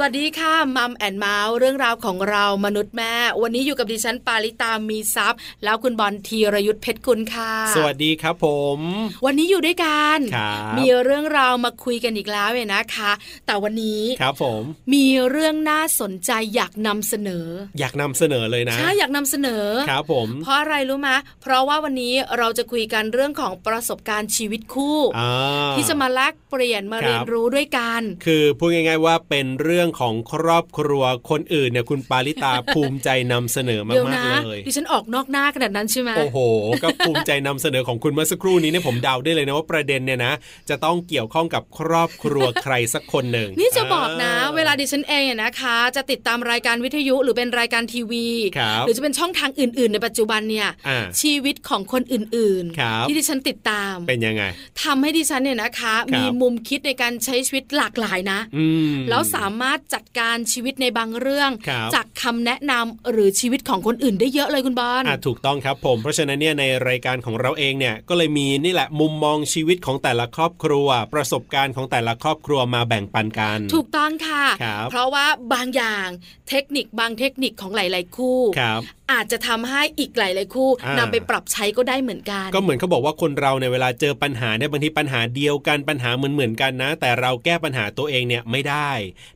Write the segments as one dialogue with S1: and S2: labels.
S1: สวัสดีค่ะมัมแอนเมาส์เรื่องราวของเรามนุษย์แม่ วันนี้อยู่กับดิฉันปาริตามีซัพย์แล้วคุณบอลธีรยุทธเพชรกุลค่ะ
S2: สวัสดีครับผม
S1: วันนี้อยู่ด้วยกัน
S2: ครับ
S1: มีเรื่องราวมาคุยกันอีกแล้วเนี่ยนะคะ แต่วันนี้
S2: ครับผม
S1: มีเรื่องน่าสนใจอยากนำเสนอ
S2: อยากนำเสนอเลยนะ
S1: ใช่อยากนำเสนอ
S2: ครับผม
S1: เพราะอะไรรู้มะเพราะว่าวันนี้เราจะคุยกันเรื่องของประสบการณ์ชีวิตคู่
S2: อ่า
S1: ที่จะมาแลกเปลี่ยนมา
S2: ครับ
S1: เรียนรู้ด้วยกัน
S2: คือพูดง่าย ๆ ว่าเป็นเรื่องของครอบครัวคนอื่นเนี่ยคุณปาริตา ภูมิใจนำเสนอ
S1: เดี๋ยว
S2: มาก
S1: นะ
S2: ๆเลย
S1: ดิฉันออกนอกหน้าขนาดนั้นใช่ไหม
S2: โอ้โห ก็ภูมิใจนำเสนอของคุณเมื่อสักครู่นี้เนี่ยผมเดาได้เลยนะว่าประเด็นเนี่ยนะ จะต้องเกี่ยวข้องกับครอบครัวใครสักคนหนึ่ง
S1: นี่จะบอกนะ
S2: อ่
S1: เวลาดิฉันเองอะนะคะ จะติดตามรายการวิทยุหรือเป็นรายการทีวี
S2: ครับ
S1: หรือจะเป็นช่องทางอื่น ๆ ในปัจจุบันเนี่ย
S2: อ่า
S1: ชีวิตของคนอื่น
S2: ครับ
S1: ที่ดิฉันติดตาม
S2: เป็นยังไง
S1: ทำให้ดิฉันเนี่ยนะคะ
S2: ครับ
S1: มีมุมคิดในการใช้ชีวิตหลากหลายนะ
S2: อืม
S1: แล้วสามารถจัดการชีวิตในบางเรื่อง
S2: ครับ
S1: จากคำแนะนำหรือชีวิตของคนอื่นได้เยอะเลยคุณบอล
S2: อ่ะถูกต้องครับผมเพราะฉะนั้นเนี่ยในรายการของเราเองเนี่ยก็เลยมีนี่แหละมุมมองชีวิตของแต่ละครอบครัว ประสบการณ์ของแต่ละครอบครัวมาแบ่งปันกัน
S1: ถูกต้องค่ะ
S2: ครับ
S1: เพราะว่าบางอย่างเทคนิคบางเทคนิคของหลาย ๆ คู่
S2: ครับ
S1: อาจจะทำให้อีกหลาย ๆ คู่
S2: อ่าน
S1: ำ
S2: น
S1: ไปปรับใช้ก็ได้เหมือนกัน
S2: ก็เหมือนเขาบอกว่าคนเราในยเวลาเจอปัญหาเนี่ยบางทีปัญหาเดียวกันปัญหาเหมือนเหมือนๆกันนะ แต่เราแก้ปัญหาตัวเองเนี่ยไม่ได้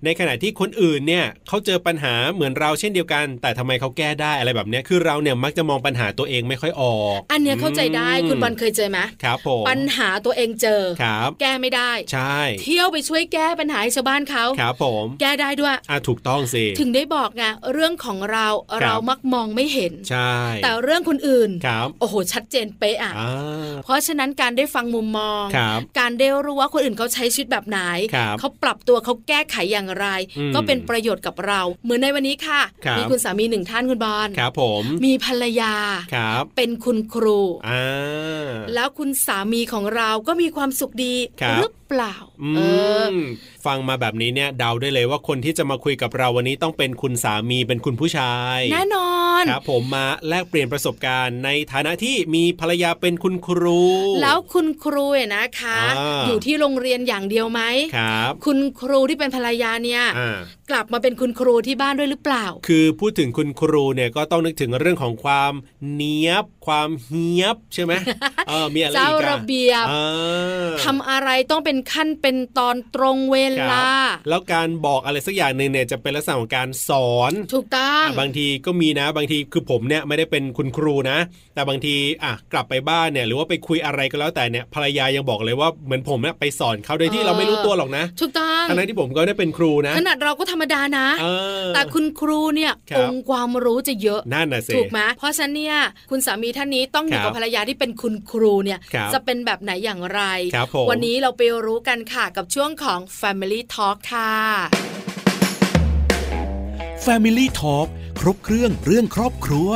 S2: ในขณะที่คนอื่นเนี่ยเขาเจอปัญหาเหมือนเราเช่นเดียวกัน แต่ทำไมเขาแก้ได้อะไรแบบเนี้ยคือเราเนี่ยมักจะมองปัญหาตัวเองไม่ค่อยออก
S1: อันเนี้ยเข้าใจได้คุณบอลเคยเจอไหม
S2: ครับผม
S1: ปัญหาตัวเองเจอ
S2: ครับ
S1: แก้ไม่ได้
S2: ใช่
S1: เที่ยวไปช่วยแก้ปัญหาให้ชาวบ้านเขา
S2: ครับผม
S1: แก้ได้ด้วย
S2: อ่ะถูกต้องสิ
S1: ถึงได้บอกไงเรื่องของเรา
S2: ครับ
S1: เรามักมองไม่เห็น
S2: ใช่
S1: แต่เรื่องคนอื่น
S2: ครับ
S1: โอ้โห ชัดเจนเป๊ะอ่ะ
S2: อ่า
S1: เพราะฉะนั้นการได้ฟังมุมมอง
S2: ครับ
S1: การได้รู้ว่าคนอื่นเขาใช้ชีวิตแบบไหน
S2: ครับ
S1: เขาปรับตัวเขาแก้ไขอย่างไร
S2: อืม
S1: ก็เป็นประโยชน์กับเรา เหมือนในวันนี้ค่ะ
S2: ครับ
S1: มีคุณสามีหนึ่งท่านคุณบอล
S2: ครับผม
S1: มีภรรยา
S2: ครับ
S1: เป็นคุณครู
S2: อ่า
S1: แล้วคุณสามีของเราก็มีความสุขดี
S2: ครับ
S1: หรือเปล่า
S2: อื
S1: เออ
S2: มฟังมาแบบนี้เนี่ยเดาได้เลยว่าคนที่จะมาคุยกับเราวันนี้ต้องเป็นคุณสามีเป็นคุณผู้ชาย
S1: แน่นอน
S2: ครับผมมาแลกเปลี่ยนประสบการณ์ในฐานะที่มีภรรยาเป็นคุณครู
S1: แล้วคุณครูเนี่ยนะคะ
S2: อ่า
S1: อยู่ที่โรงเรียนอย่างเดียวไหม
S2: ครับ
S1: คุณครูที่เป็นภรรยาเนี่ย
S2: อ่า
S1: กลับมาเป็นคุณครูที่บ้านด้วยหรือเปล่า
S2: คือพูดถึงคุณครูเนี่ยก็ต้องนึกถึงเรื่องของความเนี้ยบ ความเฮี้ยบใช่ไหม เออมีอะไรอีกอ
S1: เจ้าระเบียบ
S2: อ่า
S1: ทำอะไรต้องเป็นขั้นเป็นตอนตรงเว
S2: ครับ
S1: ลา
S2: แล้วการบอกอะไรสักอย่างหนึ่งเนี่ยจะเป็นลักษณะของการสอน
S1: ถูกต้อง
S2: อ่ะบางทีก็มีนะบางทีคือผมเนี่ยไม่ได้เป็นคุณครูนะ แต่บางทีอ่ะกลับไปบ้านเนี่ยหรือว่าไปคุยอะไรก็แล้วแต่เนี่ยภรรยายังบอกเลยว่าเหมือนผมเนี่ยไปสอนเขาโดยที่เราไม่รู้ตัวหรอกนะ
S1: ถูกต้อง
S2: ทั้งนั้นที่ผมก็ได้เป็นครูนะ
S1: ขนาดเราก็ธรรมดานะ
S2: เออ
S1: แต่คุณครูเนี่ย
S2: ครับ
S1: องค์ความรู้จะเยอะ
S2: นั่นน่ะสิ
S1: ถูกไหมเพราะฉะนั้นเนี่ยคุณสามีท่านนี้ต้องอยู่
S2: ครับ
S1: กับภรรยาที่เป็นคุณครูเนี่ย
S2: ครับ
S1: จะเป็นแบบไหนอย่างไร
S2: ครับผม
S1: วันนี้เราไปรู้กันค่ะกับช่วงของ Family Talk ค่ะ
S3: Family Talk ครบเครื่องเรื่องครอบครัว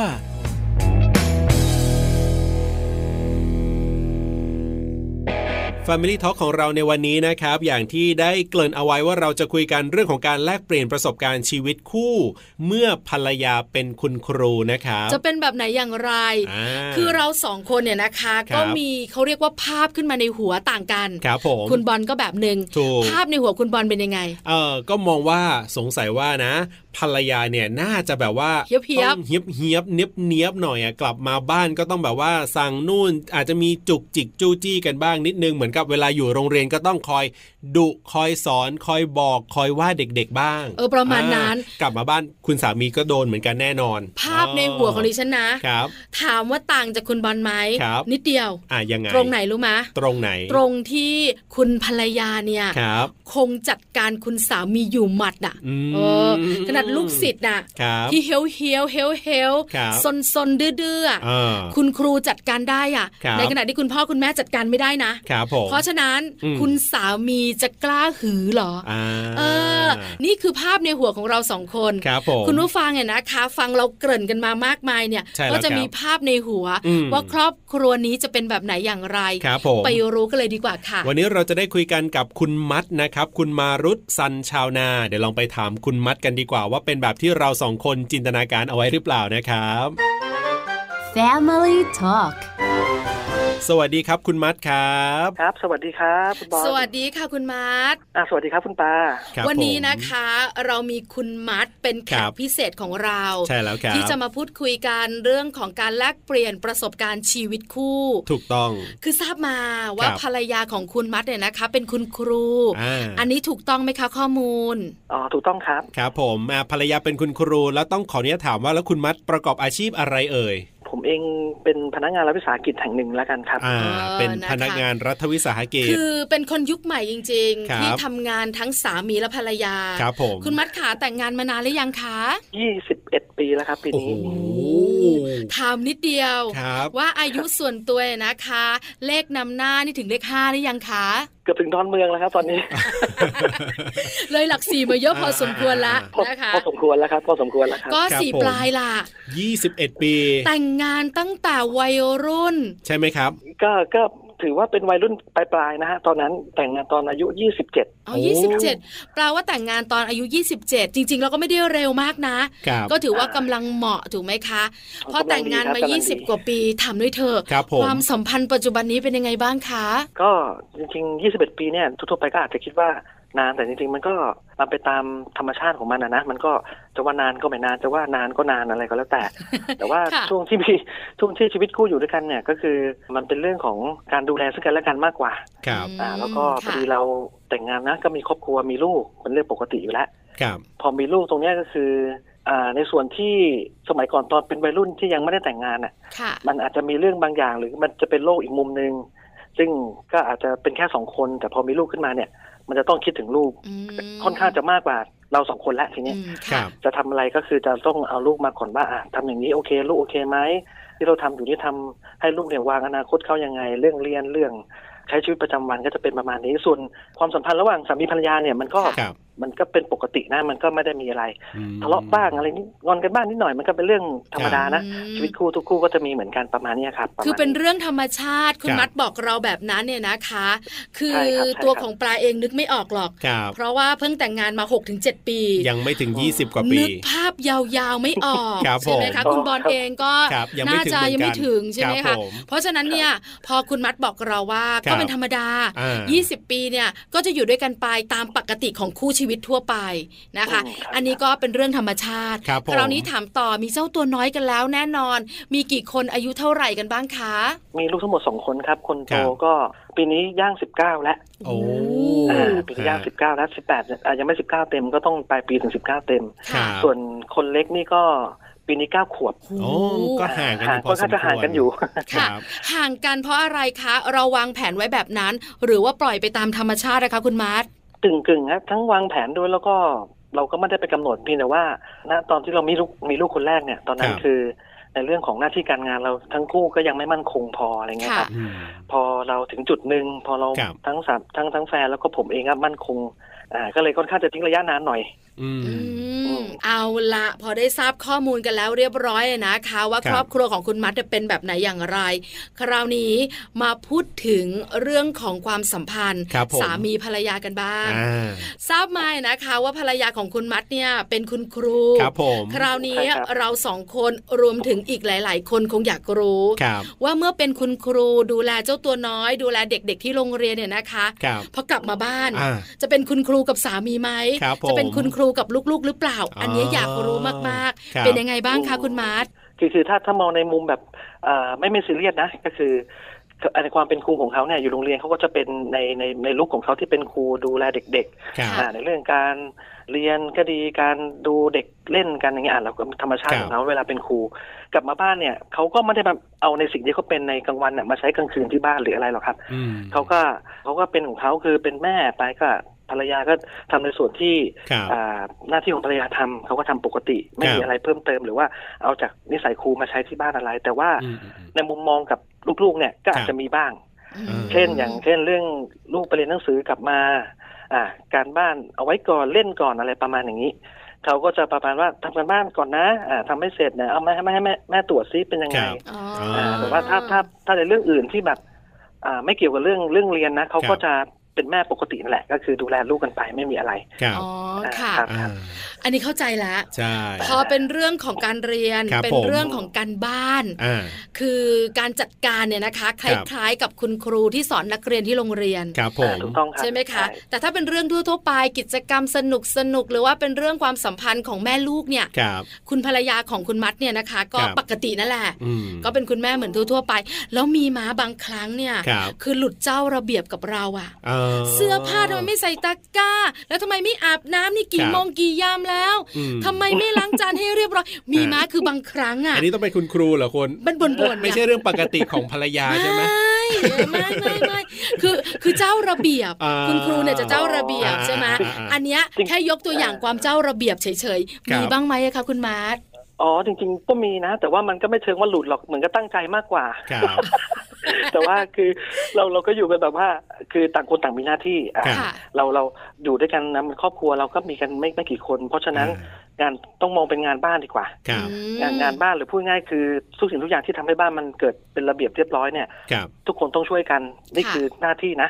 S2: Family Talk ของเราในวันนี้นะครับ อย่างที่ได้เกริ่นเอาไว้ว่าเราจะคุยกันเรื่องของการแลกเปลี่ยนประสบการณ์ชีวิตคู่ เมื่อภรรยาเป็นคุณครูนะครับ
S1: จะเป็นแบบไหนอย่างไร
S2: อ่า
S1: คือเราสองคนเนี่ยนะคะ
S2: ครับ
S1: ก็มีเขาเรียกว่าภาพขึ้นมาในหัวต่างกัน
S2: ครับผม
S1: คุณบอลก็แบบหนึ่ง
S2: ถูก
S1: ภาพในหัวคุณบอลเป็นยังไง
S2: เออก็มองว่าสงสัยว่านะ ภรรยาเนี่ยน่าจะแบบว่า
S1: เฮี้ยบๆ
S2: ต้องเฮียบเฮียบเนียบเนียบหน่อยอะกลับมาบ้านก็ต้องแบบว่าสั่งนู่นอาจจะมีจุกจิกจู้จี้กันบ้างนิดนึงเหมือนกับเวลาอยู่โรงเรียนก็ต้องคอยดุคอยสอนคอยบอกคอยว่าเด็กๆบ้าง
S1: เออประมาณนั้น
S2: อ่ากลับมาบ้านคุณสามีก็โดนเหมือนกันแน่นอน
S1: ภาพในหัวของดิฉันนะ
S2: ครับ
S1: ถามว่าต่างจากคุณบอลไหม
S2: ครับ
S1: นิดเดียว
S2: อ่ะยังไง
S1: ตรงไหนรู้มะ
S2: ตรงไหน
S1: ตรงที่คุณภรรยาเนี่ย
S2: ครับ
S1: คงจัดการคุณสามีอยู่หมัดอ่ะ
S2: อืม
S1: เออขนาดลูกศิษย์น่ะ
S2: ครับ
S1: ที่เฮลเฮลเฮลเฮล
S2: ครับ
S1: ซนซนดื้อดื้ออะ
S2: อ่า
S1: คุณครูจัดการได้อ่ะ
S2: ครับ
S1: ในขณะที่คุณพ่อคุณแม่จัดการไม่ได้นะ
S2: ครับผม
S1: เพราะฉะนั้น
S2: อืม
S1: คุณสามีจะกล้าหือเหรออ
S2: อ่า
S1: เออ นี่คือภาพในหัวของเราสองคน
S2: ครับผม
S1: คุณผู้ฟังเนี่ยนะคะ ฟังเราเกริ่นกันมามากมายเนี่ย
S2: ใช่แล้ว
S1: ก็จะ
S2: ครับ
S1: มีภาพในหัว
S2: อืม
S1: ว่าครอบครัวนี้จะเป็นแบบไหนอย่างไร
S2: ครับผม
S1: ไปรู้กันเลยดีกว่าค่ะ
S2: วันนี้เราจะได้คุยกันกับคุณมัดนะครับ คุณมารุตซันชาวนา เดี๋ยวลองไปถามคุณมัดกันดีกว่า ว่าเป็นแบบที่เราสองคนจินตนาการเอาไว้หรือเปล่านะครับ
S4: Family Talk
S2: สวัสดีครับคุณมัดครับ
S5: ครับ สวัสดีครับคุณบอล
S1: สวัสดีค่ะคุณมัด
S5: อ่ะสวัสดีครับคุณปลา
S2: ครับ
S1: วันนี้
S2: ผม
S1: นะคะเรามีคุณมัดเป็นแข
S2: ครั
S1: ก
S2: บ
S1: พิเศษของเรา
S2: ใช่แล้วครับ
S1: ที่จะมาพูดคุยกันเรื่องของการแลกเปลี่ยนประสบการณ์ชีวิตคู่
S2: ถูกต้อง
S1: คือทราบมาว่า
S2: ครับ
S1: ภรรยาของคุณมัดเนี่ยนะคะ เป็นคุณครู
S2: อ่า
S1: อันนี้ถูกต้องไหมคะข้อมูล
S5: อ๋อ ถูกต้องครับ
S2: ครับผมอ่าภรรยาเป็นคุณครู แล้วต้องขออนุญาตถามว่าแล้วคุณมัดประกอบอาชีพอะไรเอ่ย
S5: ผมเองเป็นพนักงานรัฐวิสาหกิจแห่งหนึ่งแล้วกันครับ
S2: อ่า
S1: เออ
S2: เป็น
S1: นะคะ
S2: พนักงานรัฐวิสาหกิจ
S1: คือเป็นคนยุคใหม่จริง
S2: ครั
S1: ๆ
S2: บ
S1: ที่ทำงานทั้งสามีและภรรยา
S2: ครับผม
S1: คุณมัดขาแต่งงานมานานหรือยังคะ
S5: 21 ปีแล้วครับปี
S2: โอ้โห
S5: นี้
S1: ถามนิดเดียว
S2: ครับ
S1: ว่าอายุส่วนตัวเนี่ยนะคะ เลขนำหน้านี่ถึงเลขห้าหรือยังคะ
S5: เกือบถึงดอนเมืองแล้วครับ ตอน นี้
S1: เลยหลักสี่มาเยอะพอสมควรละ
S5: พอ
S1: นะคะ
S5: พอสมควรแล้วครับ พอสมควรแล้วครับ
S1: ก็
S2: ครับ
S1: สี่
S2: ผม
S1: ปลายล่ะ
S2: 21 ปี
S1: แต่งงานตั้งแต่วัยรุ่น
S2: ใช่ไหมครับ
S5: ก็ก็ถือว่าเป็นวัยรุ่นปลายๆนะฮะ ตอนนั้นแต่งงานตอนอายุ 27
S1: เอา
S2: โอ้
S1: 27 แปลว่าแต่งงานตอนอายุ 27 จริง ๆ เราก็ไม่ได้เร็วมากนะ
S2: ครับ
S1: ก็ถือว่ากำลังเหมาะถูกไหมคะ พอแต่งงานมา
S5: กำลังดีครับ
S1: 20 กว่าปีถามด้วยเธอะ
S2: ครับผม
S1: ความสัมพันธ์ปัจจุบันนี้เป็นยังไงบ้างคะ
S5: ก็จริงๆ 21 ปีเนี่ยทั่วๆไปก็อาจจะคิดว่านานแต่จริงๆ มันก็มันไปตามธรรมชาติของมันนะนะมันก็จะว่านานก็ไม่นานจะว่านานก็นานอะไรก็ แล้วแต่ แต่ว่า
S1: ค่ะ
S5: ช่วงที่มีช่วงที่ชีวิตคู่อยู่ด้วยกันเนี่ยก็คือมันเป็นเรื่องของการดูแลซึ่งกันและกันมากกว่า
S2: ครับ
S5: อ่าแล้วก็พอ
S1: ค่ะ
S5: ดีเราแต่งงานนะก็มีครอบครัวมีลูกเป็นเรื่องปกติอยู่แล้ว
S2: ครับ
S5: พอมีลูกตรงเนี้ยก็คืออ่าในส่วนที่สมัยก่อนตอนเป็นวัยรุ่นที่ยังไม่ได้แต่งงานอ่ะ
S1: ค่ะ
S5: มันอาจจะมีเรื่องบางอย่างหรือมันจะเป็นโลกอีกมุมหนึ่งซึ่งก็อาจจะเป็นแค่สองคน แต่พอมีลูกขึ้นมาเนี่ย มันจะต้องคิดถึงลูก
S1: อืม
S5: ค่อนข้างจะมากกว่าเราสองคนละทีเนี้ย
S1: อืม
S2: ครั
S1: ค่ะ
S2: บ
S5: จะทำอะไรก็คือจะต้องเอาลูกมาก่อนว่าอ่ะทำอย่างนี้โอเค ลูกโอเคไหมที่เราทำอยู่นี่ทำให้ลูกเนี่ยวางอนาคตเขายังไง เรื่องเรียนเรื่อง ใช้ชีวิตประจำวันก็จะเป็นประมาณนี้ส่วนความสัมพันธ์ระหว่างสามีภรรยาเนี่ยมันก็
S2: ครับ
S5: มันก็เป็นปกตินะมันก็ไม่ได้มีอะไร
S2: อืม
S5: ทะเลาะบ้างอะไรนิดงอนกันบ้างนิดหน่อยมันก็เป็นเรื่องธรรมดานะ
S1: อืม
S5: ชีวิตคู่ทุกคู่ก็จะมีเหมือนกันประมาณเนี้ยครับระมาณ
S1: คือเป็นเรื่องธรรมชาติ คุณ
S2: ครับ
S1: มัดบอกเราแบบนั้นเนี่ยนะคะ คือ
S5: ใช่ครับใช่ครับ
S1: ตัวของปลาเองนึกไม่ออกหรอก
S2: ครับ
S1: เพราะว่าเพิ่งแต่งงานมา 6-7 ปี
S2: ยังไม่ถึง 20 กว่าปี
S1: นึกภาพยาวๆไม่ออก
S2: ครับ
S1: ใช่ไหม
S2: ผม
S1: คะคุณบอลเองก็
S2: ครับยังไม่
S1: น่า
S2: ถึง
S1: จะ
S2: เหมื
S1: ยัง
S2: อนกัน
S1: ไม่ถึงใช่ไหม
S2: ครั
S1: คะ
S2: บผม
S1: เพราะฉะนั้นเนี่ยพอคุณมัดบอกเราว่า
S2: ครั
S1: ก็
S2: บ
S1: เป็นธรรมดา
S2: อ่า
S1: 20 ปีเนี่ยก็จะอยู่ด้วยกันไปตามปกติของคู่ชีวิตทั่วไปนะคะ
S5: อืมครับ
S1: อันนี้ก็เป็นเรื่องธรรมชาติ
S2: ครับผม
S1: วนี้ถามต่อมีเจ้าตัวน้อยกันแล้วแน่นอน มีกี่คนอายุเท่าไหร่กันบ้างคะ
S5: มีลูกทั้งหมดสองคนครับ คน
S2: ค
S5: โต
S2: รับ
S5: ก็ปีนี้ย่างสิบเก้าแล้ว
S2: โอ้
S5: อ่าปีนี้ย่างสิบเก้าแล้วสิบแปดยังไม่สิบเก้าเต็มก็ต้องปลายปีถึงสิบเก้าเต็ม
S2: ครับ
S5: ส่วนคนเล็กนี่ก็ปีนี้เก้าขวบ
S2: โอ้ก็ห่างกันอยู่พ
S5: ค่
S2: อ
S5: อน
S2: ส
S5: ข้า
S2: คว
S5: ม ง
S2: ร
S5: จะห่างกันอยู่
S2: ค
S1: ค่ะ
S2: รับ
S1: ห่างกันเพราะอะไรคะเราวางแผนไว้แบบนั้น หรือว่าปล่อยไปตามธรรมชาตินะคะคุณมาร์ท
S5: กึ่งกึ่งๆครับทั้งวางแผนด้วยแล้วก็เราก็ไม่ได้ไปกำหนดเพียงแต่ว่าณตอนที่เรามีลูกมีลูกคนแรกเนี่ยตอน
S2: ค
S5: นั้
S2: น รับ
S5: คือ ในเรื่องของหน้าที่การงานเราทั้งคู่ก็ยังไม่มั่นคงพออะไรเงี้ยครับ
S1: ค่ะ
S2: อืม
S5: พอเราถึงจุดหนึ่งพอเรา
S2: ครับ
S5: ทั้งสามทั้งทั้งแฟนแล้วก็ผมเองอะมั่นคงอ่าก็เลยค่อนข้างจะทิ้งระยะนานหน่อย
S2: อืม
S1: อืมเอาละพอได้ทราบข้อมูลกันแล้วเรียบร้อยนะคะ ว่า
S2: ครับ
S1: ครอบครัวของคุณมัดจะเป็นแบบไหนอย่างไร คราวนี้มาพูดถึงเรื่องของความสัมพันธ์
S2: ครับผม
S1: สามีภรรยากันบ้าง
S2: อ่า
S1: ทราบไหมนะคะว่าภรรยาของคุณมัดเนี่ยเป็นคุณครู
S2: ครับผม
S1: คราวนี้
S5: ใช่ครับ
S1: เราสองคนรวมถึงอีกหลาย ๆ คนคงอยากรู้
S2: ครับ
S1: ว่าเมื่อเป็นคุณครูดูแลเจ้าตัวน้อย ดูแลเด็ก ๆ ที่โรงเรียนเนี่ยนะคะ
S2: ครับ
S1: พอกลับมาบ้าน
S2: อ่า
S1: จะเป็นคุณครูกับสามีไหม
S2: ครับผม
S1: จะเป็นคุณครูกับลูกๆ หรือเปล่า อันนี้
S2: อ๋ออ
S1: อยากรู้มาก
S2: ครั
S1: ๆ
S2: บ
S1: เป็นยังไงบ้างคะคุณมาร์ท
S5: คือคือถ้าถ้ามองในมุมแบบอ่าไม่ไม่ซีเรียสนะ ก็คือในความเป็นครูของเขาเนี่ยอยู่โรงเรียนเขาก็จะเป็นในในในลุคของเขาที่เป็นครูดูแลเด็ก
S2: ครั
S5: ๆ
S2: บ
S5: อ่าในเรื่องการเรียนก็ดีการดูเด็กเล่นกันอย่างเงี้ยอ่ะเราก็ธรรมชาติ
S2: ครับ
S5: ของเขาเวลาเป็นครูกลับมาบ้านเนี่ยเขาก็ไม่ได้มาเอาในสิ่งที่เขาเป็นในกลางวันน่ะมาใช้กลางคืนที่บ้านหรืออะไรหรอกครับ
S2: อืม
S5: เขาก็เขาก็เป็นของเขาคือเป็นแม่ไปก็ภรรยาก็ทำในส่วนที่
S2: ครับ
S5: อ่าหน้าที่ของภรรยาทำเขาก็ทำปกติ ไม่
S2: ค
S5: มี
S2: รับ
S5: อะไรเพิ่มเติมหรือว่าเอาจากนิสัยครูมาใช้ที่บ้านอะไร แต่ว่า
S2: อืมอืมอืม
S5: ในมุมมองกับลูกๆเนี่ยก็อาจ
S2: ครับ
S5: จะมีบ้าง
S2: อืม
S5: เช่นอย่างเช่นเรื่องลูกไปเรียนหนังสือกลับมาอ่าการบ้านเอาไว้ก่อนเล่นก่อนอะไรประมาณอย่างนี้เขาก็จะประมาณว่าทำการบ้านก่อนนะอ่าทำให้เสร็จนะเอามาให้แม่ให้แม่แม่ตรวจซิเป็นยังไง
S2: ครับ
S1: อ๋อ
S2: อ่า
S5: อ่าแต่ว่าถ้าถ้าถ้าในเรื่องอื่นที่แบบอ่าไม่เกี่ยวกับเรื่องเรื่องเรียนนะเขา
S2: ครั
S5: ก็
S2: บ
S5: จะ เป็นแม่ปกตินั่นแหละ ก็คือดูแลลูกกันไปไม่มีอะไร
S2: ครับ
S1: อ๋อค่ะ
S5: ครับ
S2: อ่า
S1: อันนี้เข้าใจแล้ว
S2: ใช่
S1: พอเป็นเรื่องของการเรียน
S2: ครับ
S1: เป็น
S2: ผม
S1: เรื่องของการบ้าน
S2: อ่า
S1: คือการจัดการเนี่ยนะคะค
S2: ครับ
S1: ล้ายๆ กับคุณครูที่สอนนักเรียนที่โรงเรียน
S2: ครับผม
S5: ถูกต้องครับ
S1: ใช่ไหมคะ
S5: ใช่
S1: แต่ถ้าเป็นเรื่องทั่วๆไปกิจกรรมสนุกสนุกๆหรือว่าเป็นเรื่องความสัมพันธ์ของแม่ลูกเนี่ย
S2: ครับ
S1: คุณภรรยาของคุณมัดเนี่ยนะคะ ก็
S2: ครับ
S1: ปกตินั่นแหละ
S2: อืม
S1: ก็เป็นคุณแม่เหมือนทั่วๆไป แล้วมีม้าบางครั้งเนี่ย
S2: ครับ
S1: อหลุดเจ้าระเบียบกับเราอะ
S2: อ่า
S1: เสื้อผ้าทำไมไม่ใส่ตะกร้า แล้วทำไมไม่อาบน้ำนี่กี่
S2: ครับ
S1: โมงกี่ยามแล้ว
S2: อื
S1: ทำไมไม่ล้างจานให้เรียบ ร้อย มีม้าคือบางครั้งอะ
S2: อันนี้ต้อง เป็นคุณครูเหรอคน
S1: มันบ่นๆอะ
S2: ไม่ใช่เรื่องปกติของภรรยาใช่ไหม
S1: ไม่ ไม่ ไม่ คือ คือเจ้าระเบียบ
S2: อ่า
S1: คุณครูเนี่ยจะเจ้าระเบียบ
S2: อ่า
S1: ใช่ไหม
S2: อ่าอ่า
S1: อันเนี้ยแค่ยกตัวอย่างความเจ้าระเบียบเฉยๆ มีบ้างไหมอะคะคุณมาร์ท
S5: อ๋อจริงๆก็มีนะ แต่ว่ามันก็ไม่เชิงว่าหลุดหรอกเหมือนก็ตั้งใจมากก ว่า
S2: ครับ
S5: แต่ว่าคือเราเราก็อยู่กันแบบว่าคือต่างคนต่างมีหน้าที่อ่ะ
S2: ครับ
S1: ค่ะ
S5: เราเราอยู่ด้วยกันนะมันครอบครัวเราก็มีกันไม่ไม่กี่คน เพราะฉะนั้นงานต้องมองเป็นงานบ้านดีกว่า
S2: ครับ
S5: งานงานบ้านหรือพูดง่ายคือทุกสิ่งทุกอย่างที่ทำให้บ้านมันเกิดเป็นระเบียบเรียบร้อยเนี่ย
S2: ครับ
S5: ทุกคนต้องช่วยกันนี่
S1: ค่ะ
S5: คือหน้าที่นะ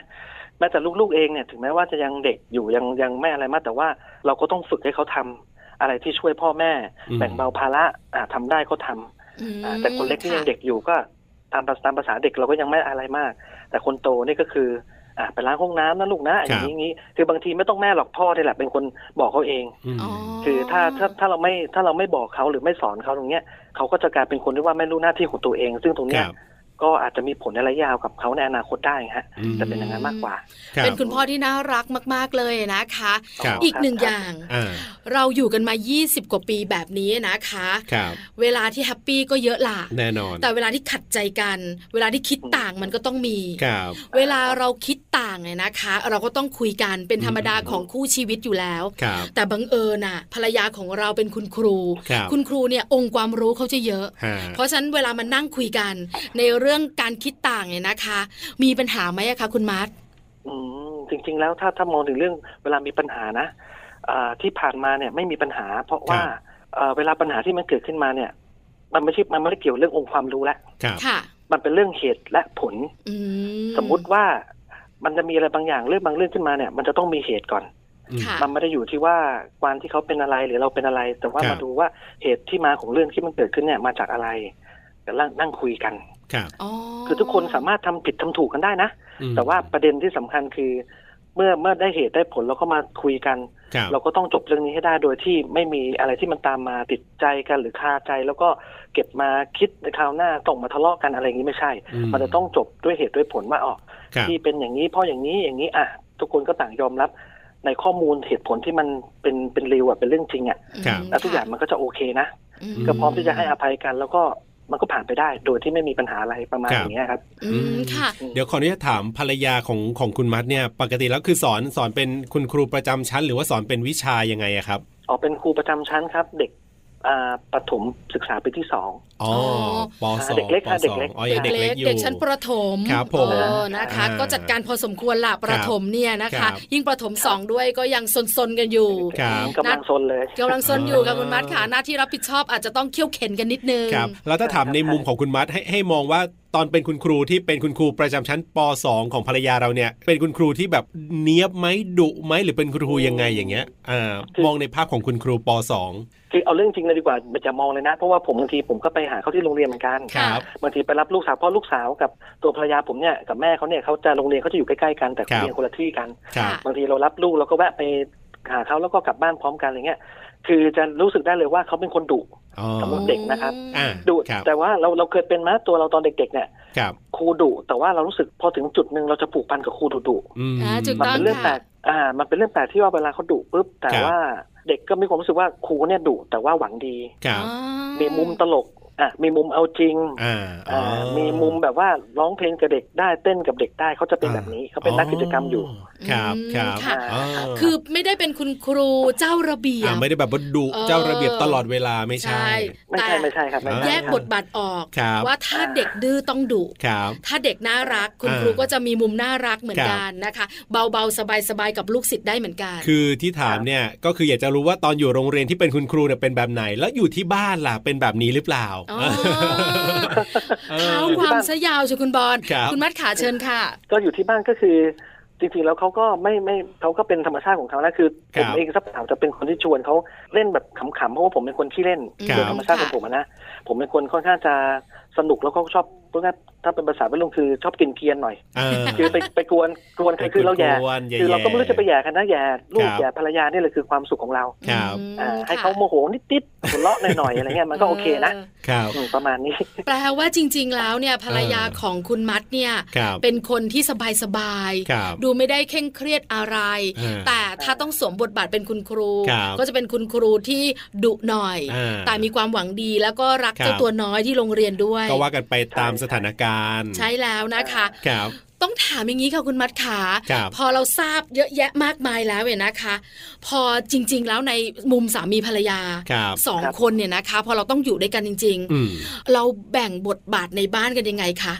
S5: แม้แต่ลูกๆเองเนี่ยถึงแม้ว่าจะยังเด็กอยู่ยังยังไม่อะไรมากแต่ว่าเราก็ต้องฝึกให้เขาทำอะไรที่ช่วยพ่อแม่
S2: อืม
S5: แบ่งเบาภาระอ่าทำได้เขาทำ
S1: อืม
S5: อ่าแต่คนเล็กที่ยัง
S1: ะ
S5: เด็กอยู่ก็ตามภาษาตามภาษาเด็กเราก็ยังไม่อะไรมาก แต่คนโตนี่ก็คืออ่าไปล้างห้องน้ำนะลูกนะอย่างนี้อย่างนี้คือบางทีไม่ต้องแม่หรอกพ่อนี่แหละเป็นคนบอกเขาเอง
S2: อืม
S1: อ๋อ
S5: คือถ้าถ้าถ้าเราไม่ถ้าเราไม่บอกเขาหรือไม่สอนเขาตรงเนี้ยเขาก็จะกลายเป็นคนที่ว่าไม่รู้หน้าที่ของตัวเอง ซึ่งตรง
S2: ค
S5: เนี้ย
S2: รับ
S5: ก็อาจจะมีผลในระยะยาวกับเขาในอนาคตได้ฮะ
S2: อืม
S5: จะเป็นอย่างนั้นมากกว่า
S2: รับ
S1: เป็นคุณพ่อที่น่ารักมากๆเลยนะคะ
S2: ครับ
S1: อีกหนึ่ง
S5: ครับ
S1: อย่าง
S2: อ่า
S1: เราอยู่กันมา 20 กว่าปีแบบนี้นะคะ
S2: ครับ
S1: เวลาที่แฮปปี้ก็เยอะล่ะ
S2: แน่นอน
S1: แต่เวลาที่ขัดใจกัน เวลาที่คิดต่างมันก็ต้องมี
S2: ครับ
S1: เวลาเราคิดต่างเนี่ยนะคะ เราก็ต้องคุยกันเป็นธรรมดา
S2: อืม
S1: ของคู่ชีวิตอยู่แล้ว
S2: ครับ
S1: แต่บังเอิญน่ะภรรยาของเราเป็นคุณครู
S2: ครับ
S1: คุณครูเนี่ยองค์ความรู้เขาจะเยอะ
S2: ฮะ
S1: เพราะฉะนั้นเวลามันนั่งคุยกัน ในเรื่องการคิดต่างเนี่ยนะคะ มีปัญหาไหมอะคะคุณมาร์ท
S5: อืมจริง ๆ แล้วถ้าถ้ามองถึงเรื่องเวลามีปัญหานะอ่าที่ผ่านมาเนี่ยไม่มีปัญหา เพราะว่าเอ่อเวลาปัญหาที่มันเกิดขึ้นมาเนี่ย มันไม่ใช่มันไม่ได้เกี่ยวเรื่ององค์ความรู้ละ
S2: ครับ
S1: ค่ะ
S5: มันเป็นเรื่องเหตุและผล
S1: อื
S5: สมมุติว่ามันจะมีอะไรบางอย่างเรื่องบางเรื่องขึ้นมาเนี่ย มันจะต้องมีเหตุก่อน
S1: ค่ะ
S5: มันไม่ได้อยู่ที่ว่าความที่เขาเป็นอะไรหรือเราเป็นอะไร แต่ว่า
S2: ครับ
S5: มาดูว่าเหตุที่มาของเรื่องที่มันเกิดขึ้นเนี่ยมาจากอะไรแต่นั่งนั่งคุยกัน
S2: ครับ
S1: อ๋อ
S5: คือทุกคนสามารถทำผิดทำถูกกันได้นะ
S2: อืม
S5: แต่ว่าประเด็นที่สำคัญคือ เมื่อเมื่อได้เหตุได้ผลแล้วก็มาคุยกัน
S2: ครับ
S5: เราก็ต้องจบเรื่องนี้ให้ได้โดยที่ไม่มีอะไรที่มันตามมาติดใจกันหรือคาใจ แล้วก็เก็บมาคิดในคราวหน้าต้องมาทะเลาะกันอะไรอย่างนี้ไม่ใช่ มันจะต้องจบด้วยเหตุด้วยผลว่าอ๋อ
S2: ครับ
S5: ที่เป็นอย่างนี้เพ่ออย่างนี้อย่างนี้อ่ะทุกคนก็ต่างยอมรับในข้อมูลเหตุผลที่มันเป็นเป็นรีวอ่ะเป็นเรื่องจริงอ่ะ
S1: ม
S5: แล้วทุกอย่างมันก็จะโอเคนะ
S1: อื
S5: ก็พร้อมที่จะให้อภัยกัน แล้วก็มันก็ผ่านไปได้โดยที่ไม่มีปัญหาอะไรประมาณอย่างเงี้ยครับ
S1: อืมค่ะ
S2: เดี๋ยวขออนุญาตถามภรรยาของของคุณมัดเนี่ย ปกติแล้วคือสอนสอนเป็นคุณครูประจำชั้น หรือว่าสอนเป็นวิชายังไงอะครับ
S5: ออกเป็นครูประจำชั้นครับ เด็กอ่าประถมศึกษาปีที่สอง
S2: อ๋อปสอง
S5: เด็กเล็ก
S2: ปส
S5: ค่ะเด็
S2: อก ง
S5: เล็ก
S2: อ๋อยังเด็กเล็กอยู่
S1: เด็กชั้นประถม
S2: ครับผม
S1: เออนะคะ
S2: อ่า
S1: ก็จัดการพอสมควรละประถมเนี่ยนะ
S2: ครั
S1: คะ
S2: บ
S1: ยิ่งประถมสองด้วยก็ยังซนๆกันอยู่
S2: ครับ
S5: กำลังซนเลย
S1: กำลังซนอยู่ค่ะ
S2: อ่า
S1: คุณมัดค่ะหน้าที่รับผิดชอบอาจจะต้องเขี่ยวเข็นกันนิดนึง
S2: ครับแล้วถ้าถามในมุมของคุณมัดให้ให้มองว่าตอนเป็นคุณครูที่เป็นคุณครูประจำชั้นป .2 ของภรรยาเราเนี่ย เป็นคุณครูที่แบบเนี้ยบไหมดุไหมหรือเป็นคุณครูยังไงอย่างเงี้ยอ่ามองในภาพของคุณครูป .2
S5: คือเอาเรื่องจริงเลยดีกว่าจะมองเลยนะ เพราะว่าผมบางทีผมก็ไปหาเขาที่โรงเรียนเหมือนกัน
S2: ครับ
S5: บางทีไปรับลูกสาวเพ่อลูกสาวกับตัวภรรยาผมเนี่ยกับแม่เขาเนี่ยเขาจะโรงเรียนเขาจะอยู่ใกล้ๆกันแต่
S2: ครับ
S5: เรียนคนละที่กัน
S2: ครับ
S5: บางทีเรารับลูกเราก็แวะไปหาเขาแล้วก็กลับบ้านพร้อมกันอะไรเงี้ย คือจะรู้สึกได้เลยว่าเขาเป็นคนดุ
S2: อ๋อ
S5: สำหรับเด็กนะครับ
S2: อ่า
S5: ดุ
S2: ครับ
S5: แต่ว่าเราเราเคยเป็นไหมาตัวเราตอนเด็กๆเนี่ย
S2: ครับ
S5: ครูดุแต่ว่าเรารู้สึกพอถึงจุดหนึ่งเราจะผูกพันกับครูดุดุ
S2: อืม
S1: อ่าจุด
S5: ๆมัน
S1: ต้
S5: เป็
S1: ง
S5: นเรื่อง
S1: ค่ะ
S5: แปลกอ่า มันเป็นเรื่องแปลกที่ว่าเวลาเขาดุปุ๊บแต่
S2: ครับ
S5: ว่าเด็กก็มีความรู้สึกว่าครูเนี่ยดุแต่ว่าหวังดี
S2: ครับ
S1: อ๋อ
S5: มีมุมตลกอ่ะมีมุมเอาจริง
S2: อ่า
S5: อ่ามีมุมแบบว่าร้องเพลงกับเด็กได้เต้นกับเด็กได้เขาจะเป็นแบบนี้เขาเป็นนักกิจกรรมอยู่
S2: ครับครับ
S1: ค่ะ
S2: อ๋อ
S1: คือไม่ได้เป็นคุณครูเจ้าระเบีย
S2: อ่า
S1: บ
S2: ไม่ได้แบบว่าดุ
S1: เออ
S2: เจ้าระเบียบตลอดเวลาไม่ใช่
S5: ไม่
S1: แต่
S5: ใช่ไม่ใช่ครับไม่ใช่
S1: แยก
S5: ครับ
S1: บทบาทออก
S2: ครับ
S1: ว่าถ้าเด็กดื้อต้องดุ
S2: ครับ
S1: ถ้าเด็กน่ารักคุณ
S2: อ่า
S1: ครูก็จะมีมุมน่ารักเหมือน
S2: ครับ
S1: กันนะคะ เบาๆสบายๆกับลูกศิษย์ได้เหมือนกัน
S2: คือที่ถามเนี่ยก็คืออยากจะรู้ว่าตอนอยู่โรงเรียนที่เป็นคุณครูเนี่ยเป็นแบบไหน แล้วอยู่ที่บ้านล่ะเป็นแบบนี้หรือเปล่า
S1: อ๋อ เท้าความซะยาวเชียวคุณบอล
S2: ครับ
S1: ณมัดขาเชิญค่ะ
S5: ก็อยู่ที่บ้านก็คือ จริงๆแล้วเขาก็ไม่ไม่เขาก็เป็นธรรมชาติของเขานะคือ
S2: ค
S5: ผ
S2: รับ
S5: มเองสักถามจะเป็นคนที่ชวนเขาเล่นแบบขำๆเพราะว่าผมเป็นคนขี้เล่น
S2: ครับ
S5: โดยธรรมชาติของผมอะนะผมเป็นคนค่อนข้างจะสนุกแล้วก็ชอบพวกนั้นถ้าเป็นภาษาเป็นลงคือชอบกินเกรียนหน่อย
S2: เออ
S5: คือไปไปกวนกวนใครคือเราแย่
S2: ไปกวนแย่ๆ
S5: คือเราก็ไม่รู้จะไปแย่กันนะแย่ลู
S2: ค
S5: ก
S2: รับ
S5: แย่ภรรยานี่แหละคือความสุขของเรา
S2: ครับ
S1: อืม
S5: อ่าให้
S1: ค่ะ
S5: เขาโมโหนิดๆหัวเราะหน่อยๆอะไรเงี้ยมันก็โอเคนะ
S2: ครับ
S5: อืมประมาณนี้
S1: แปลว่าจริง ๆ แล้วเนี่ยภรรยาของคุณมัดเนี่ย
S2: ครับ
S1: เป็นคนที่สบายสบายๆ
S2: ครับ
S1: ดูไม่ได้เคร่งเครียดอะไร
S2: อ่า
S1: แต่ถ้าต้องสวมบทบาทเป็นคุณครู
S2: ครับ
S1: ก็จะเป็นคุณครูที่ดุหน่อย
S2: อ่า
S1: แต่มีความหวังดีแล้วก็รัก
S2: ครับ
S1: เจ้าตัวน้อยที่โรงเรียนด้วย
S2: ก็ว่ากันไปตามสถานการณ์
S1: ใช่แล้วนะคะ
S2: ครับ
S1: ต้องถามอย่างนี้ค่ะคุณมัดขา
S2: ครับ
S1: พอเราทราบเยอะแยะมากมายแล้วเนี่ยนะคะ พอจริง ๆ แล้วในมุมสามีภรรยา
S2: ครับ
S1: สอง
S5: ครับ
S1: คนเนี่ยนะคะ พอเราต้องอยู่ด้วยกันจริง ๆ
S2: อืม
S1: เราแบ่งบทบาทในบ้านกันยังไงคะ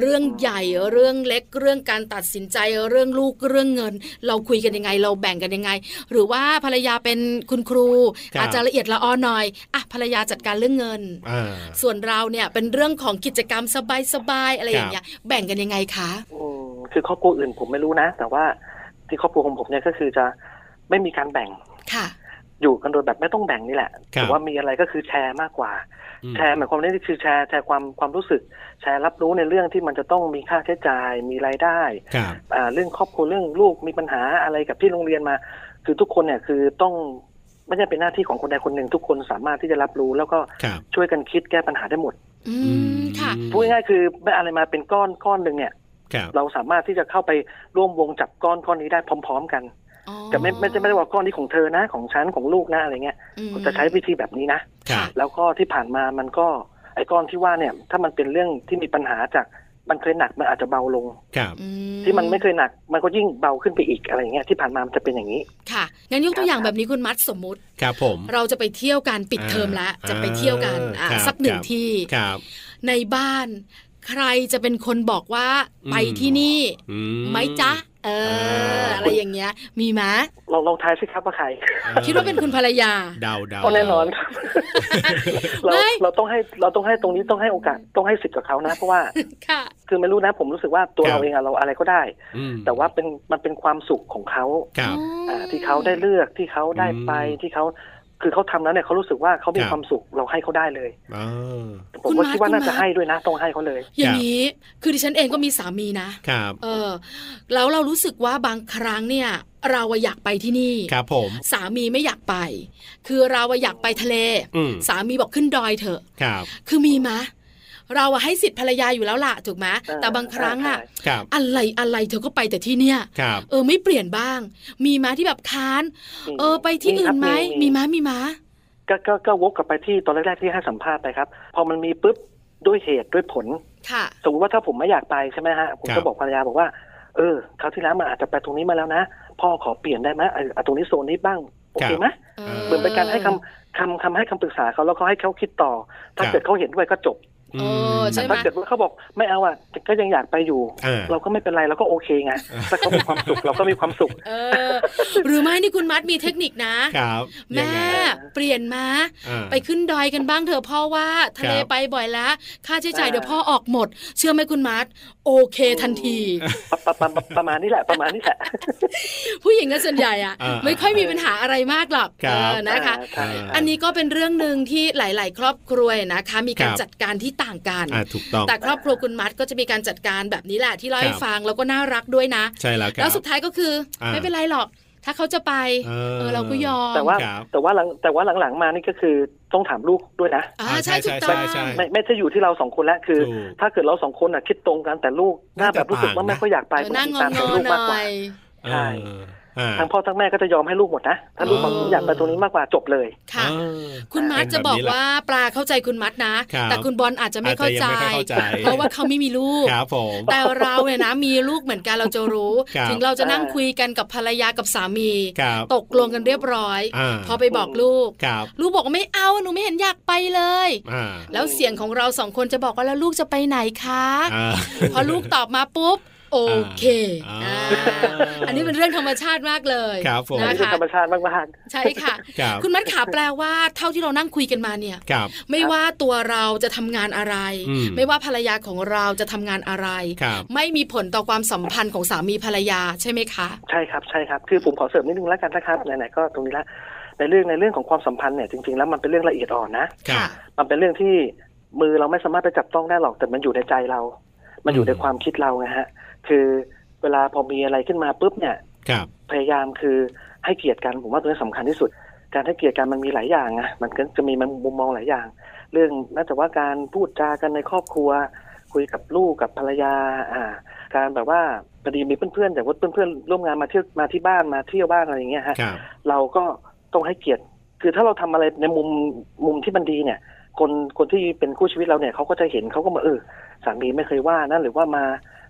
S1: เรื่องใหญ่เรื่องเล็กเรื่องการตัดสินใจเรื่องลูกเรื่องเงิน เราคุยกันยังไง เราแบ่งกันยังไง หรือว่าภรรยาเป็นคุณครู
S2: ครับ
S1: อาจจะละเอียดละออหน่อยอ่ะภรรยาจัดการเรื่องเงิน
S2: อ่า
S1: ส่วนเราเนี่ยเป็นเรื่องของกิจกรรมสบายๆอะไร
S2: ครับ
S1: อย่างเงี้ยแบ่งกันยังไงคะ
S5: อืมคือครอบครัวอื่นผมไม่รู้นะ แต่ว่าที่ครอบครัวของผมเนี่ยก็คือจะไม่มีการแบ่ง
S1: ค่ะ
S5: อยู่กันโดยแบบไม่ต้องแบ่งนี่แหละ
S2: ครับ
S5: แต่ว่ามีอะไรก็คือแชร์มากกว่า
S2: อื
S5: แชร์หมายความว่านี่คือแชร์แชร์ความความรู้สึก แชร์รับรู้ในเรื่องที่มันจะต้องมีค่าใช้จ่าย มีรายได้
S2: ครับ
S5: อ่าเรื่องครอบครัวเรื่องลูกมีปัญหาอะไรกับที่โรงเรียนมา คือทุกคนเนี่ยคือต้องไม่ใช่เป็นหน้าที่ของคนใดคนหนึ่ง ทุกคนสามารถที่จะรับรู้ แล้วก็
S2: ครับ
S5: ช่วยกันคิดแก้ปัญหาได้หมด
S1: อืมค่ะ
S5: พูดง่ายๆคือไม่อะไรมาเป็นก้อนก้อนหนึ่งเนี่ย
S2: ครับ
S5: เราสามารถที่จะเข้าไปร่วมวงจับก้อนก้อนนี้ได้พร้อม ๆ กัน
S1: อ๋อ
S5: จะไม่ไม่จะไม่ได้ว่าก้อนนี้ของเธอนะของฉันของลูกนะอะไรเงี้ย
S1: อืม
S5: จะใช้วิธีแบบนี้นะ
S2: ครับ
S5: แล้วก็ที่ผ่านมามันก็ไอ้ก้อนที่ว่าเนี่ย ถ้ามันเป็นเรื่องที่มีปัญหาจากมันเคยหนักมันอาจจะเบาลง
S2: ครับ
S1: อื
S5: ที่มันไม่เคยหนัก มันก็ยิ่งเบาขึ้นไปอีกอะไรเงี้ยที่ผ่านมามันจะเป็นอย่างนี้
S1: ค่ะงั้นยกตัวอย่างแบบนี้คุณมัดสมมุติ
S2: ครับผม
S1: เราจะไปเที่ยวกันปิดเทอมแล้ว
S2: อ่า
S1: จะไปเที่ยวกันอ่ะ
S2: ครับ
S1: สักหนึ่ง
S2: ครับ
S1: ที่
S2: ครับ
S1: ในบ้าน ใครจะเป็นคนบอกว่า
S2: อืม
S1: ไปที่นี่
S2: อื
S1: ไหมจ๊ะ เอออา อะไรอย่างเงี้ย มีไหม
S5: เราลองทายสิครับว่าใคร
S2: อ่
S1: คิดว่าเป็นคุณภรรยา
S2: เดาเดา
S5: ก็แน่นอนครับ เรา
S1: ไม่
S5: เราต้องให้เราต้องให้ตรงนี้ต้องให้โอกาสต้องให้สิทธิ์กับเขานะ เพราะว่า
S1: ค่ะ
S5: คือไม่รู้นะ ผมรู้สึกว่าตัวเราเองอะเราอะไรก็ได้
S2: อืม
S5: แต่ว่าเป็นมันเป็นความสุขของเขา
S2: ครับ
S5: อ่าที่เขาได้เลือกที่เขาได้ไป
S2: อืม
S5: ที่เขาคือเขาทำแล้วเนี่ยเขารู้สึกว่าเขามี
S2: ครับ
S5: ความสุขเราให้เขาได้เลย
S2: อ่า
S5: ผม
S1: คุณ
S5: ก็
S1: มาร์ค
S5: คิดว่าน่า
S1: คุณ
S5: จะ
S1: มาร์ค
S5: ให้ด้วยนะต้องให้เขาเลย
S1: อย่างนี้คือดิฉันเองก็มีสามีนะ
S2: ครับ
S1: เออ แล้วเรารู้สึกว่าบางครั้งเนี่ย เราอะอยากไปที่นี่
S2: ครับผม
S1: สามีไม่อยากไป คือเราอะอยากไปทะเล
S2: อืม
S1: สามีบอกขึ้นดอยเถอะ
S2: ครับ
S1: คือมีมะ เราอะให้สิทธิ์ภรรยาอยู่แล้วล่ะถูกไหม
S5: เออ
S1: แต่บางครั้งอะ
S5: ใช่
S2: ครับ
S1: อะไรอะไรเธอก็ไปแต่ที่เนี่ย
S2: ครับ
S1: เออไม่เปลี่ยนบ้าง มีมาที่แบบค้าน เออไปที่อื่นไหมมีมามีมา
S5: ก็ก็ก็วกกลับไปที่ตอนแรกๆที่ให้สัมภาษณ์ไปครับ พอมันมีปุ๊บด้วยเหตุด้วยผล
S1: ค่ะ
S5: สมมติว่าถ้าผมไม่อยากไปใช่ไหมฮะผม
S2: ครั
S5: ก็
S2: บ
S5: บอกภรรยาบอกว่า เออคราวที่แล้วมันอาจจะไปตรงนี้มาแล้วนะพ่อขอเปลี่ยนได้ไหมเออเอาตรงนี้โซนนี้บ้างโอเคไหม
S1: เอ
S5: เหมือนเป็นการให้คำคำคำให้คำปรึกษาเขาแล้วเขาให้เขาคิดต่อ ถ้าเกิดเขาเห็นด้วยก็จบ
S1: เออใช่ไหม
S5: ถ้าเกิดว่าเขาบอกไม่เอาอ่ะแต่ก็ยังอยากไปอยู่
S2: อ่า
S5: เราก็ไม่เป็นไรเราก็โอเคไงถ้าเขามีความสุข เราก็มีความสุข
S1: เออ หรือไม่นี่คุณมัดมีเทคนิคนะ
S2: ครับ
S1: แม่เปลี่ยนมา
S2: อ่า
S1: ไปขึ้นดอยกันบ้างเถอะพ่อว่าทะเล
S2: ครับ
S1: ไปบ่อยแล้ว ค่าใช้จ่าย
S5: อ่า
S1: เดี๋ยวพ่อออกหมด เชื่อไหมคุณมัดโอเคทันที
S5: ประประประประมาณนี้แหละประมาณนี้แหละ
S1: ผู้หญิงก็ส่วนใหญ่อะ
S2: อ่า
S1: ไม่ค่อยมีปัญหาอะไรมากหรอก
S2: ครับ
S1: เออนะคะ
S5: ใช่ใช่
S1: อันนี้ก็เป็นเรื่องหนึ่งที่หลาย ๆ ครอบครัวนะคะ มีการ
S2: ครับ
S1: จัดการที่ต่างกัน
S2: อ่าถูกต้อง
S1: แต่ครอบครัวคุณมัดก็จะมีการจัดการแบบนี้แหละที่เล่าให้
S2: ครับ
S1: ฟังแล้วก็น่ารักด้วยนะ
S2: ใช่แล้วครับ
S1: แล้วสุดท้ายก็คืออา ไม่เป็นไรหรอก ถ้าเขาจะไป
S2: เออ
S1: เออเราก็ยอม
S5: แต่ว่า
S2: ครับ
S5: แต่ว่าหลังแต่ว่าหลังๆมานี่ก็คือต้องถามลูกด้วยนะ
S1: อ่า
S2: อ่า
S1: ใช่
S2: ใช่
S1: ถูกต้อง
S2: ใช่ใช่
S5: ไม่ไม่ใช่อยู่ที่เราสองคนแล้วคือ
S2: ถูก
S5: ถ้าเกิดเราสองคนอ่ะคิดตรงกันแต่ลูกหน้า
S2: น่า
S5: แบ
S2: จะ
S5: บรู้สึก
S2: ต่าง
S5: ว่าไม่
S2: นะ
S5: ค่อยอยาก
S1: เอ
S5: ไป
S1: อ
S5: ผม
S1: นั่งง
S5: ตา
S1: อง
S5: มใจ
S1: อ
S5: ลูก
S1: ห
S5: มากก
S1: น่
S5: ว่า
S1: อย
S5: ใช่
S2: เอออ่า
S5: ทั้งพ่อทั้งแม่ก็จะยอมให้ลูกหมดนะถ้าลูกบอก
S1: อ๋อ
S5: ผมอยากไปตรงนี้มากกว่าจบเลย
S1: ค่ะ
S2: เออ
S1: คุณมัดจะบอกว่าปลาเข้าใจคุณมัดนะ
S2: ครับ
S1: แต่คุณบอลอาจจะไม่
S2: อาจจะยังไม่ค่อยเข้าใจ
S1: เพราะว่าเขาไม่มีลูก
S2: ครับผม
S1: แต่เราเนี่ยนะมีลูกเหมือนกันเราจะรู้
S2: ครับ
S1: ถึงเราจะนั่งคุยกันกับภรรยากับสามี
S2: ครับ
S1: ตกลงกันเรียบร้อย
S2: อ่า
S1: พอไปบอกลูก
S2: ครับ
S1: ลูกบอกว่าไม่เอาหนูไม่เห็นอยากไปเลย
S2: อ่า
S1: แล้วเสียงของเราสองคนจะบอกว่าแล้วลูกจะไปไหนคะ
S2: อ่า
S1: พอลูกตอบมาปุ๊บ โอเค
S2: อ่า
S1: อ่าอันนี้เป็นเรื่องธรรมชาติมากเลย
S2: ครับผม
S1: นะ
S5: นี่เป็น
S1: คะ
S5: ธรรมชาติมาก
S1: ใช่ค่ะ
S2: ครับ
S1: คุณมัดขาแปลว่าเท่าที่เรานั่งคุยกันมาเนี่ย
S2: ครับ
S1: ไม่ว่าตัวเราจะทำงานอะไร
S2: อืม
S1: ไม่ว่าภรรยาของเราจะทำงานอะไร
S2: ครับ
S1: ไม่มีผลต่อความสัมพันธ์ของสามีภรรยาใช่ไหมคะ
S5: ๆ ใช่ครับใช่ครับคือผมขอเสริมนิดนึงแล้วกันนะครับไหนๆก็ตรงนี้ละในเรื่องในเรื่องของความสัมพันธ์เนี่ยจริงๆแล้วมันเป็นเรื่องละเอียดอ่อนนะ
S2: ครับ
S5: มันเป็นเรื่องที่มือเราไม่สามารถไปจับต้องได้หรอกแต่มันอยู่ในใจเรา มันอยู่ใน
S2: อืม
S5: ความคิดเราไงฮะ คือเวลาพอมีอะไรขึ้นมาปุ๊บเนี่ย
S2: ครับ
S5: พยายามคือให้เกียรติกันผมว่าตัวนี้สำคัญที่สุด การให้เกียรติกันมันมีหลายอย่างอะมันก็จะมีมุมมองหลายอย่าง เรื่องน่าจะว่าการพูดจากันในครอบครัว คุยกับลูกกับภรรยาอ่า การแบบว่าพอดีมีเพื่อนๆแต่ว่าเพื่อนๆร่วมงานมาเที่ยวมาที่บ้านมาเที่ยวบ้านอะไรอย่างเงี้ยฮะ
S2: ครับ
S5: เราก็ต้องให้เกียรติ คือถ้าเราทำอะไรในมุมมุมที่มันดีเนี่ย คนคนที่เป็นคู่ชีวิตเราเนี่ยเขาก็จะเห็นเขาก็มาเออสามีไม่เคยว่านะหรือว่ามา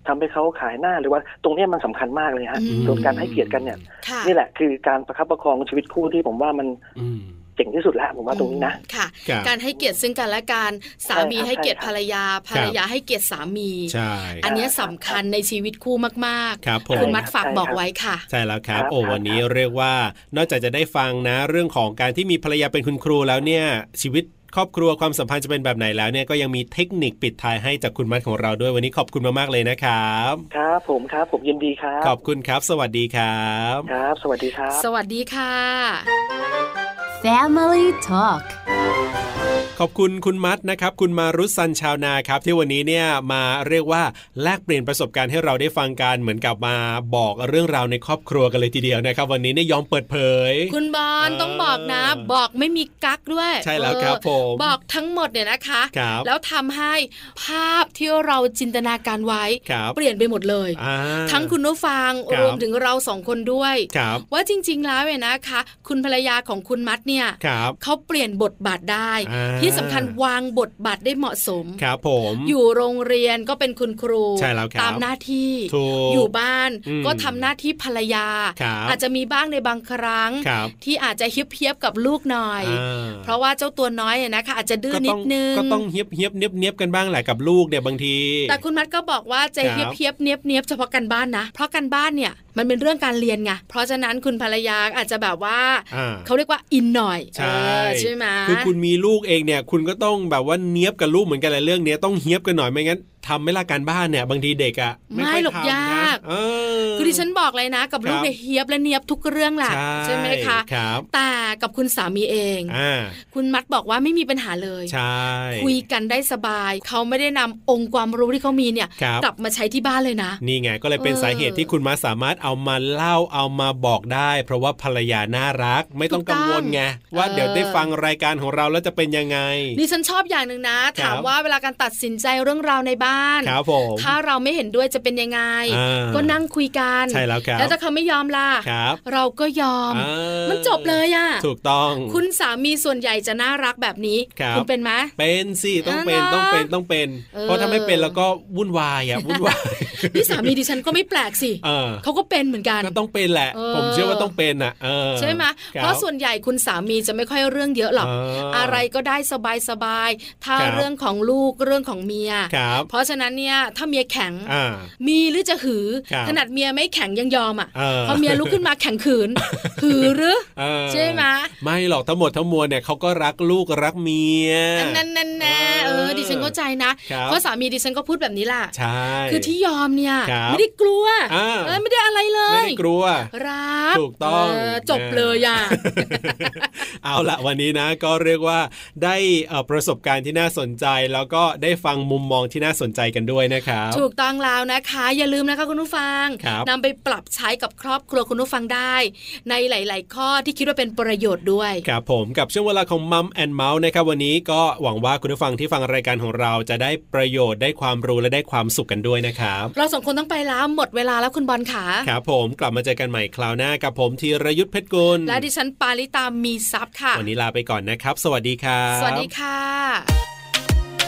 S5: ทำให้เขาขายหน้าหรือว่าตรงเนี้ยมันสำคัญมากเลยฮะ
S1: อืม
S5: ส่วนการให้เกียรติกันเนี่ย
S1: ค่ะ
S5: นี่แหละคือการประคับประคองชีวิตคู่ที่ผมว่ามัน
S2: อืม
S5: เจ๋งที่สุดแล้วผมว่าตรงนี้นะ
S1: ค่ะ
S2: ครับ
S1: การให้เกียรติซึ่งกันและกันสามี
S5: ใช่ครับ
S1: ให้เกียรติ
S5: ใช่
S1: ภ
S5: ครับ
S1: รรยาภรรยาให้เกียรติสามี
S2: ใช่
S1: อันเนี้ยสำคัญในชีวิตคู่มาก
S2: ครับผ
S1: ๆ คุณ
S2: ม
S1: มัดฝากบอกไว้ค่ะ
S2: ใช่แล้วครับ
S5: ครับ
S2: โอ้
S5: ครับ
S2: วันนี้เรียกว่า นอกจากจะได้ฟังนะ เรื่องของการที่มีภรรยาเป็นคุณครูแล้วเนี่ย ชีวิตครอบครัวความสัมพันธ์จะเป็นแบบไหนแล้วเนี่ยก็ยังมีเทคนิคปิดท้ายให้จากคุณมัดของเราด้วยวันนี้ขอบคุณมากๆเลยนะครับ
S5: ครับผมครับผมยินดีครับ
S2: ขอบคุณครับ สวัสดีครับ
S5: ครับ สวัสดีครับ
S1: สวัสดีค่ะ
S4: Family Talk
S2: ขอบคุณคุณมัดนะครับ คุณมารุสันชาวนาครับ ที่วันนี้เนี่ยมาเรียกว่าแลกเปลี่ยนประสบการณ์ให้เราได้ฟังกันเหมือนกับมาบอกเรื่องราวในครอบครัวกันเลยทีเดียวนะครับ วันนี้เนี่ยยอมเปิดเผย
S1: คุณบอล
S2: เออ
S1: ต้องบอกนะ บอกไม่มีกั๊กด้วย
S2: ใช่แล้ว
S1: เออ
S2: ครับผม
S1: บอกทั้งหมดเนี่ยนะคะ
S2: ครับ
S1: แล้วทำให้ภาพที่เราจินตนาการไว้
S2: ครับ
S1: เปลี่ยนไปหมดเลย
S2: อ่า
S1: ทั้งคุณผู้ฟัง
S2: ครับ
S1: รวมถึงเราสองคนด้วย
S2: ครับ
S1: ว่าจริง ๆ แล้วเนี่ยนะคะ คุณภรรยาของคุณมัดเนี่ย
S2: ครับ
S1: เขาเปลี่ยนบทบาทได้
S2: อ่า
S1: ที่สำคัญวางบทบาทได้เหมาะสม
S2: ครับผม
S1: อยู่โรงเรียนก็เป็นคุณครู
S2: ใช่แล้วครับ
S1: ตามหน้าที่
S2: ถูก
S1: อยู่บ้าน
S2: อืม
S1: ก็ทำหน้าที่ภรรยา
S2: ครับ
S1: อาจจะมีบ้างในบางครั้ง
S2: ครับ
S1: ที่อาจจะเฮียบเฮียบๆกับลูกหน่อย
S2: อ่า
S1: เพราะว่าเจ้าตัวน้อยเนี่ยนะคะ อาจจะดื้อ
S2: ก็
S1: นิ
S2: ต้
S1: ดนึง
S2: ก็ต้องเฮียบเฮียบเนียบเนียบกันบ้างแหละกับลูกเนี่ยบางที
S1: แต่คุณมัดก็บอกว่าใจ
S2: ครับ
S1: เฮียบเฮียบๆเนียบเนียบๆเฉพาะกันบ้านนะ เพราะกันบ้านเนี่ยมันเป็นเรื่องการเรียนไง เพราะฉะนั้นคุณภรรยาอาจจะแบบว่า
S2: อ่า
S1: เขาเรียกว่าอินหน่อย
S2: ใช่
S1: เออใช่ไหม
S2: คือคุณมีลูกเองเนี่ย คุณก็ต้องแบบว่าเนียบกับลูกเหมือนกันแหละเรื่องเนี้ยต้องเฮียบกันหน่อยไม่งั้นทำไม่ละการบ้านเนี่ย บางทีเด็กอ่ะ
S1: ไม่
S2: ค่อย
S1: หรอก
S2: ทำนะ
S1: ยาก
S2: เออ
S1: คือดิฉันบอกเลยนะ กับลูก
S2: ครับ
S1: เนี่ยเฮียบและเนียบทุกเรื่องแหละไหมคะ
S2: ครับ
S1: แต่กับคุณสามีเอง
S2: อ่า
S1: คุณมัดบอกว่าไม่มีปัญหาเลย
S2: ใช่
S1: คุยกันได้สบาย เขาไม่ได้นำองค์ความรู้ที่เขามีเนี่ย
S2: ครับ
S1: กลับมาใช้ที่บ้านเลยนะ
S2: นี่ไงก็เลยเป็น
S1: เออ
S2: สาเหตุที่คุณมาสามารถเอามาเล่าเอามาบอกได้ เพราะว่าภรรยาน่ารักไม่ต้อง
S1: ถูกต้
S2: กั
S1: อง
S2: งวลไงว่า
S1: เออ
S2: เดี๋ยวได้ฟังรายการของเราแล้วจะเป็นยังไง
S1: นี่ฉันชอบอย่างหนึ่งนะ ถาม
S2: ครับ
S1: ว่าเวลาการตัดสินใจเรื่องราวในบ้าน
S2: ครับผม
S1: ถ้าเราไม่เห็นด้วยจะเป็นยังไง
S2: อ่า
S1: ก็นั่งคุยกัน
S2: ใช่แล้วครับ
S1: แล้วถ้าเขาไม่ยอมล่ะ
S2: ครับ
S1: เราก็ยอม
S2: อ่า
S1: มันจบเลยอะ่ะ
S2: ถูกต้อง
S1: คุณสามีส่วนใหญ่จะน่ารักแบบนี้
S2: ครับ
S1: คุณเป็นไหม
S2: เป็นสิต้องเป็น
S1: อ่านะ
S2: ต้องเป็นต้องเป็น
S1: เออ
S2: เพราะถ้าไม่เป็นแล้วก็วุ่นวายอ่ะวุ่นวาย
S1: นี่สามีดิฉันก็ไม่แปลกสิ
S2: เออ
S1: เขาก็เป็นเหมือนกัน
S2: ก็ต้องเป็นแหละ
S1: เออ
S2: ผมเชื่อว่าต้องเป็นอ่ะเออ
S1: ใช่ไหม
S2: คบ
S1: เพราะส่วนใหญ่คุณสามีจะไม่ค่อยเรื่องเยอะหรอก
S2: า
S1: อะไรก็ได้สบายสบายๆถ้า
S2: ครับ
S1: เรื่องของลูกเรื่องของเมีย
S2: ครับ
S1: เพราะฉะนั้นเนี่ยถ้าเมียแข็ง
S2: อ่า
S1: มีหรือจะหือ
S2: ครับ
S1: ขนาดเมียไม่แข็งยังยอมอ่ะ
S2: เออ
S1: พอเมียลุกขึ้นมาแข็งขืน หือหรือ
S2: เออ
S1: ใช่ไหม
S2: ไม่หรอกทั้งหมดทั้งมวลเนี่ยเขาก็รักลูกรักเมีย
S1: อันนั้นนั่นแน่เออ
S2: เออ
S1: ดิฉันเข้าใจนะครับ เพราะสามีดิฉันก็พูดแบบนี้ล่ะ
S2: ใช่
S1: คือที่ยอมเนี่ย
S2: ครับ
S1: ไม่ได้กลัว
S2: อ่า
S1: เออไม่ได้อะไรเล
S2: ไม่
S1: ย
S2: ได้กลัว
S1: รัก
S2: ถูกต้อง
S1: เจบเลยอ่ะ
S2: เอาละวันนี้นะก็เรียกว่าได้เอ่อประสบการณ์ที่น่าสนใจ แล้วก็ได้ฟังมุมมองที่น่าสนใจกันด้วยนะครับ
S1: ถูกต้องแล้วนะคะ อย่าลืมนะคะคุณผู้ฟัง
S2: ครับ
S1: นำไปปรับใช้กับครอบครัวคุณผู้ฟังได้ ในหลาย ๆ ข้อที่คิดว่าเป็นประโยชน์ด้วย
S2: ครับผมกับช่วงเวลาของมัมแอนเมาส์นะครับวันนี้ก็หวังว่าคุณผู้ฟังที่ฟังรายการของเราจะได้ประโยชน์ได้ความรู้และได้ความสุขกันด้วยนะครับ
S1: เราสองคนต้องไปแล้วหมดเวลาแล้วคุณบอลขา
S2: ครับผมกลับมาเจอกันใหม่คราวหน้ากับผมธีรยุทธเพชรกุล
S1: และดิฉันปาริตามีซับค่ะ
S2: วันนี้ลาไปก่อนนะครับ สวัสดีครับ
S1: สวัสดีค่ะ